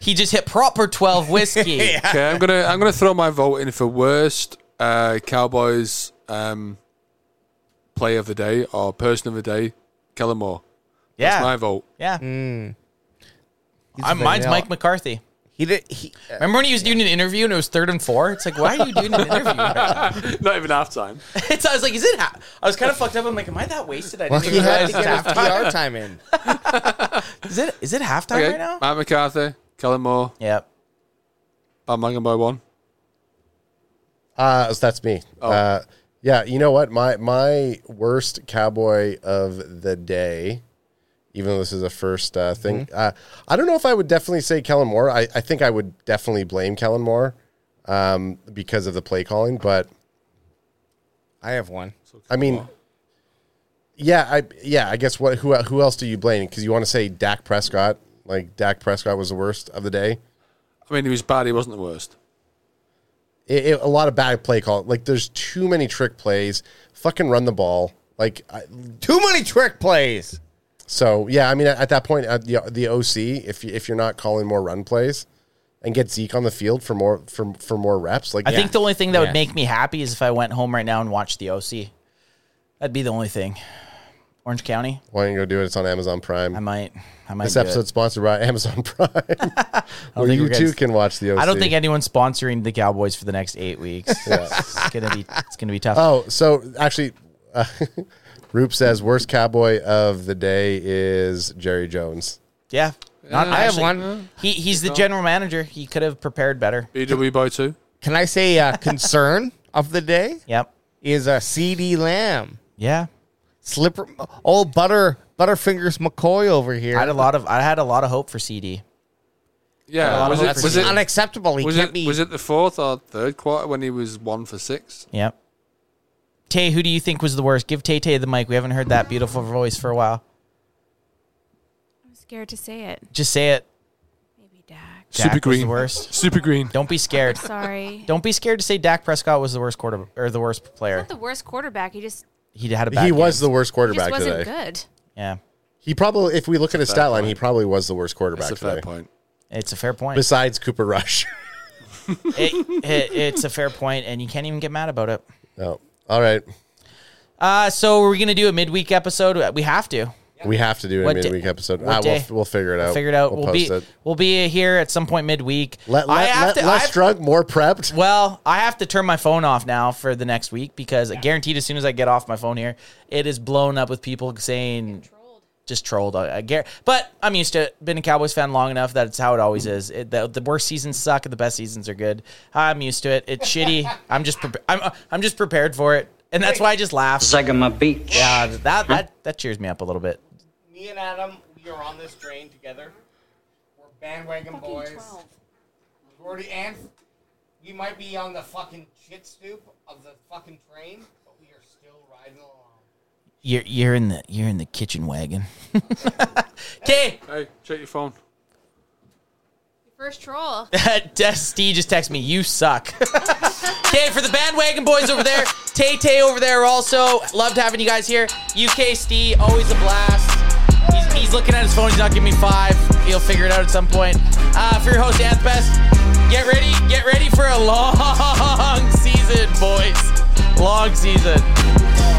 A: He just hit proper twelve whiskey.
C: Okay, I'm gonna I'm gonna throw my vote in for worst uh, Cowboys um, play of the day or person of the day, Kellen Moore.
A: yeah.
C: That's my vote.
A: Yeah. I'm, mine's Mike McCarthy.
B: He did. He, uh,
A: Remember when he was doing an interview and it was third and four? It's like, why are you doing an interview? *laughs* right
C: Not even half time.
A: now? It's, I was like, is it? Ha-? I was kind of fucked up. I'm like, am I that wasted? I didn't
B: well,
A: even
B: he had
A: realize *laughs*
B: to
A: it was
B: get his
A: halftime.
B: PR time in.
A: Is it is it halftime
C: Okay,
A: right now?
C: Matt McCarthy, Kellen Moore,
A: Yep.
C: I'm hanging by one.
D: Uh, so that's me. Uh, yeah, you know what? My my worst cowboy of the day, even though this is a first uh, thing, uh, I don't know if I would definitely say Kellen Moore. I, I think I would definitely blame Kellen Moore um, because of the play calling. But
B: I have one.
D: I mean, yeah, I yeah, I guess what who who else do you blame? Because you want to say Dak Prescott, like Dak Prescott was the worst of the day.
C: I mean, he was bad. He wasn't the worst.
D: it, it- a lot of bad play call. Like there's too many trick plays. Fucking run the ball. Like I,
B: Too many trick plays.
D: so, yeah. I mean, at, at that point, at the, the OC, if you, if you're not calling more run plays and get Zeke on the field for more for for more reps, like
A: I think the only thing that
B: Yeah.
A: would make me happy is if I went home right now and watched the OC. That'd be the only thing. Orange County,
D: why don't you go do it? It's on Amazon Prime.
A: I might, I might.
D: this
A: do it.
D: episode's sponsored by *laughs* Amazon
A: *laughs*
D: Prime, where
A: think
D: you
A: we're
D: too
A: gonna-
D: can watch the OC.
A: I don't think anyone's sponsoring the Cowboys for the next eight weeks. It's gonna be, it's gonna be tough.
D: Oh, so actually, *laughs* uh, Roop says worst cowboy of the day is Jerry Jones.
A: yeah, not
B: Uh, I have
A: actually-
B: one.
A: He, he's the general manager. He could have prepared better.
C: BW by two.
B: Can I say uh, concern of the day
A: Yep.
B: is a CD Lamb
A: Yeah.
B: slipper. Old butter butterfingers McCoy over here.
A: I had a lot of, I had a lot of hope for CD.
C: Yeah, was it
B: That's
C: was it,
B: unacceptable. He
C: was
B: can't
C: it
B: be.
C: was it the fourth or third quarter when he was one for six?
A: Yep. Tay, who do you think was the worst? Give Tay Tay the mic. We haven't heard that beautiful voice for a while.
H: I'm scared to say it.
A: Just say it.
H: Maybe Dak.
A: Dak
C: Super
A: was the
C: green.
A: worst.
C: Super green.
A: Don't be scared.
H: Sorry.
A: Don't be scared to say Dak Prescott was the worst quarter or the worst player.
H: Not the worst quarterback. He just
A: He had a bad.
D: He was
A: game.
D: the worst
H: he just
D: quarterback
H: wasn't
D: today.
H: good.
A: Yeah,
D: He probably, if we look at his
C: fair
D: stat line,
C: point.
D: he probably was the worst quarterback
C: That's a fair
D: today.
C: point.
A: it's a fair point.
D: Besides Cooper Rush. *laughs*
A: It- it- it's a fair point, and you can't even get mad about it.
D: no. All right.
A: Uh, so we're gonna do a midweek episode. We have to
D: We have to do a
A: What
D: midweek
A: day-
D: episode.
A: what
D: Ah, we'll,
A: day?
D: we'll figure it out.
A: figure it out. We'll, be
D: post it.
A: we'll be here at some point midweek.
D: Let,
A: I
D: let,
A: have
D: let-
A: to. I
D: less
A: have-
D: drunk, more prepped.
A: well, I have to turn my phone off now for the next week because guaranteed, as soon as I get off my phone here, it is blown up with people saying just trolled. I, I gar- but I'm used to it. Been a Cowboys fan long enough that it's how it always is. It, the, the worst seasons suck, and the best seasons are good. I'm used to it. It's shitty. I'm just prepa- I'm uh, I'm just prepared for it, and that's why I just laugh.
I: Zegama Beach.
A: Yeah, that that that cheers me up a little bit.
B: Me and Adam, we are on this train together. We're bandwagon boys. Gordy and we might be on the fucking shit stoop of the fucking train, but we are still riding along.
A: You're you're in the you're in the kitchen wagon. *laughs* Okay,
C: Hey, check your phone.
H: First troll.
A: Dusty just texted me. You suck. *laughs* Okay, for the bandwagon boys over there, Tay Tay over there also. Loved having you guys here. UK Stee, always a blast. He's, he's looking at his phone. He's not giving me five. He'll figure it out at some point. Uh, for your host, Anthbest, get ready. Get *laughs* ready for a long season, boys. Long season.
C: Oh